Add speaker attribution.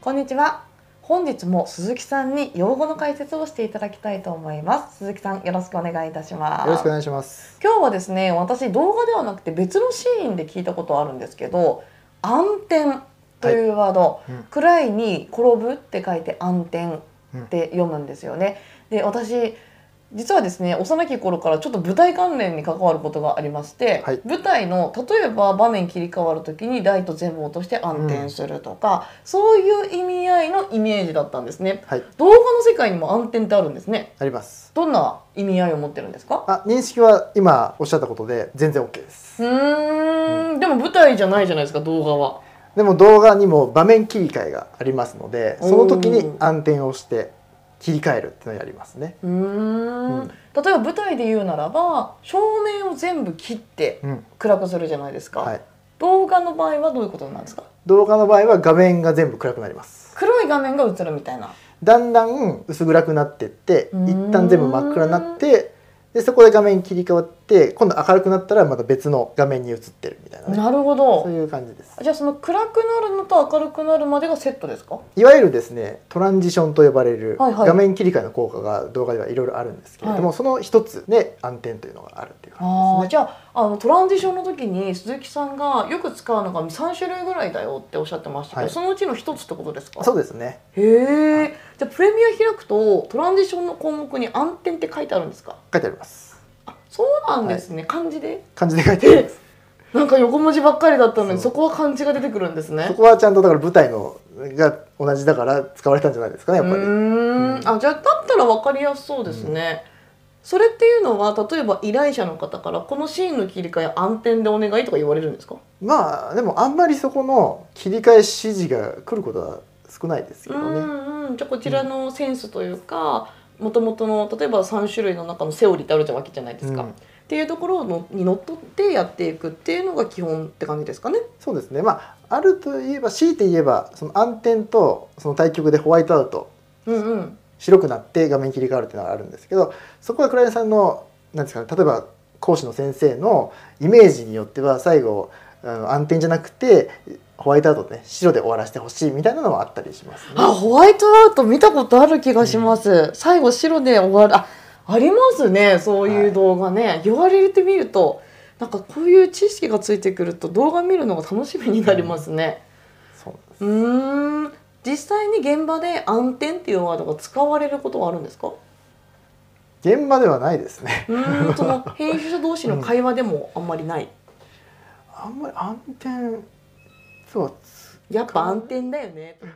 Speaker 1: こんにちは。本日も鈴木さんに用語の解説をしていただきたいと思います。鈴木さん、よろしくお願いいたします。
Speaker 2: よろしくお願いします。
Speaker 1: 今日はですね、私動画ではなくて別のシーンで聞いたことあるんですけど、暗転というワード、
Speaker 2: うん
Speaker 1: 暗いに転ぶって書いて暗転
Speaker 2: うん
Speaker 1: って読むんですよね。で、私実はですね幼き頃からちょっと舞台関連に関わることがありまして、
Speaker 2: はい
Speaker 1: 舞台の例えば場面切り替わる時にライト全部落として暗転するとか、そういう意味合いのイメージだったんですね
Speaker 2: はい、
Speaker 1: 動画の世界にも暗転ってあるんですね
Speaker 2: あります。
Speaker 1: どんな意味合いを持ってるんですか
Speaker 2: あ、認識は今おっしゃったことで全然 OK です。
Speaker 1: うーんでも舞台じゃないじゃないですか動画は
Speaker 2: でも動画にも場面切り替えがありますので、その時
Speaker 1: お
Speaker 2: に
Speaker 1: ー
Speaker 2: 暗転をして切り替えるっていうのをやりますね。
Speaker 1: うーん
Speaker 2: うん
Speaker 1: 例えば舞台で言うならば照明を全部切って
Speaker 2: うん、
Speaker 1: 暗くするじゃないですか、
Speaker 2: はい。
Speaker 1: 動画の場合はどういうことなんですか
Speaker 2: 動画の場合は画面が全部暗くなります。
Speaker 1: 黒い画面が映るみたいな
Speaker 2: だんだん薄暗くなってって、
Speaker 1: うーん
Speaker 2: 一旦全部真っ暗になって、でそこで画面切り替わって、今度明るくなったらまた別の画面に映ってるみたいなね。
Speaker 1: なるほ
Speaker 2: そう
Speaker 1: ど
Speaker 2: いう感じです。
Speaker 1: じゃあその暗くなるのと明るくなるまでがセットですか
Speaker 2: いわゆるですねトランジションと呼ばれる
Speaker 1: はいはい
Speaker 2: 画面切り替えの効果が動画ではいろいろあるんですけれども、その一つで暗転というのがあるっていう
Speaker 1: あ
Speaker 2: 感
Speaker 1: ー
Speaker 2: じですね。
Speaker 1: じゃああのトランジションの時に鈴木さんがよく使うのが3種類ぐらいだよっておっしゃってましたけど、
Speaker 2: はい
Speaker 1: そのうちの1つってことですか
Speaker 2: そうですね
Speaker 1: へえじゃあプレミア開くとトランジションの項目に暗転って書いてあるんですか
Speaker 2: 書いてあります
Speaker 1: あそうなんですね、漢字で
Speaker 2: 漢字で書いてあり ます
Speaker 1: なんか横文字ばっかりだったのに
Speaker 2: そ
Speaker 1: そうこは漢字が出てくるんですね
Speaker 2: そこはちゃんとだから舞台のが同じだから使われたんじゃないですかねやっぱり
Speaker 1: うーん
Speaker 2: うん
Speaker 1: あじゃあだったら分かりやすそうですね、それっていうのは例えば依頼者の方からこのシーンの切り替え暗転でお願いとか言われるんですか
Speaker 2: まあでもあんまりそこの切り替え指示が来ることは少ないですけ
Speaker 1: う
Speaker 2: どね、
Speaker 1: んうんじゃあこちらのセンスというかもともとの例えば3種類の中のセオリーってあるわけじゃないですか、
Speaker 2: うん
Speaker 1: っていうところのにのっとってやっていくっていうのが基本って感じですかね。
Speaker 2: そうですねまああるといえば強いて言えばその暗転とその対局でホワイトアウト
Speaker 1: うんうん、
Speaker 2: 白くなって画面切り替わるっていうのがあるんですけどそこは倉井さんのなんですかね例えば講師の先生のイメージによっては最後あの暗転じゃなくてホワイトアウトでね白で終わらせてほしいみたいなのもあったりしますね。
Speaker 1: あホワイトアウト見たことある気がします、最後白で終わるあありますねそういう動画ね、言われてみるとなんかこういう知識がついてくると動画見るのが楽しみになりますね
Speaker 2: そうなんです
Speaker 1: うーん実際に現場で暗転っていうワードが使われることはあるん ですか
Speaker 2: 現場ではないですね。
Speaker 1: うーんその編集者同士の会話でもあんまりない、
Speaker 2: あんまり暗転そう
Speaker 1: やっぱ暗転だよねとか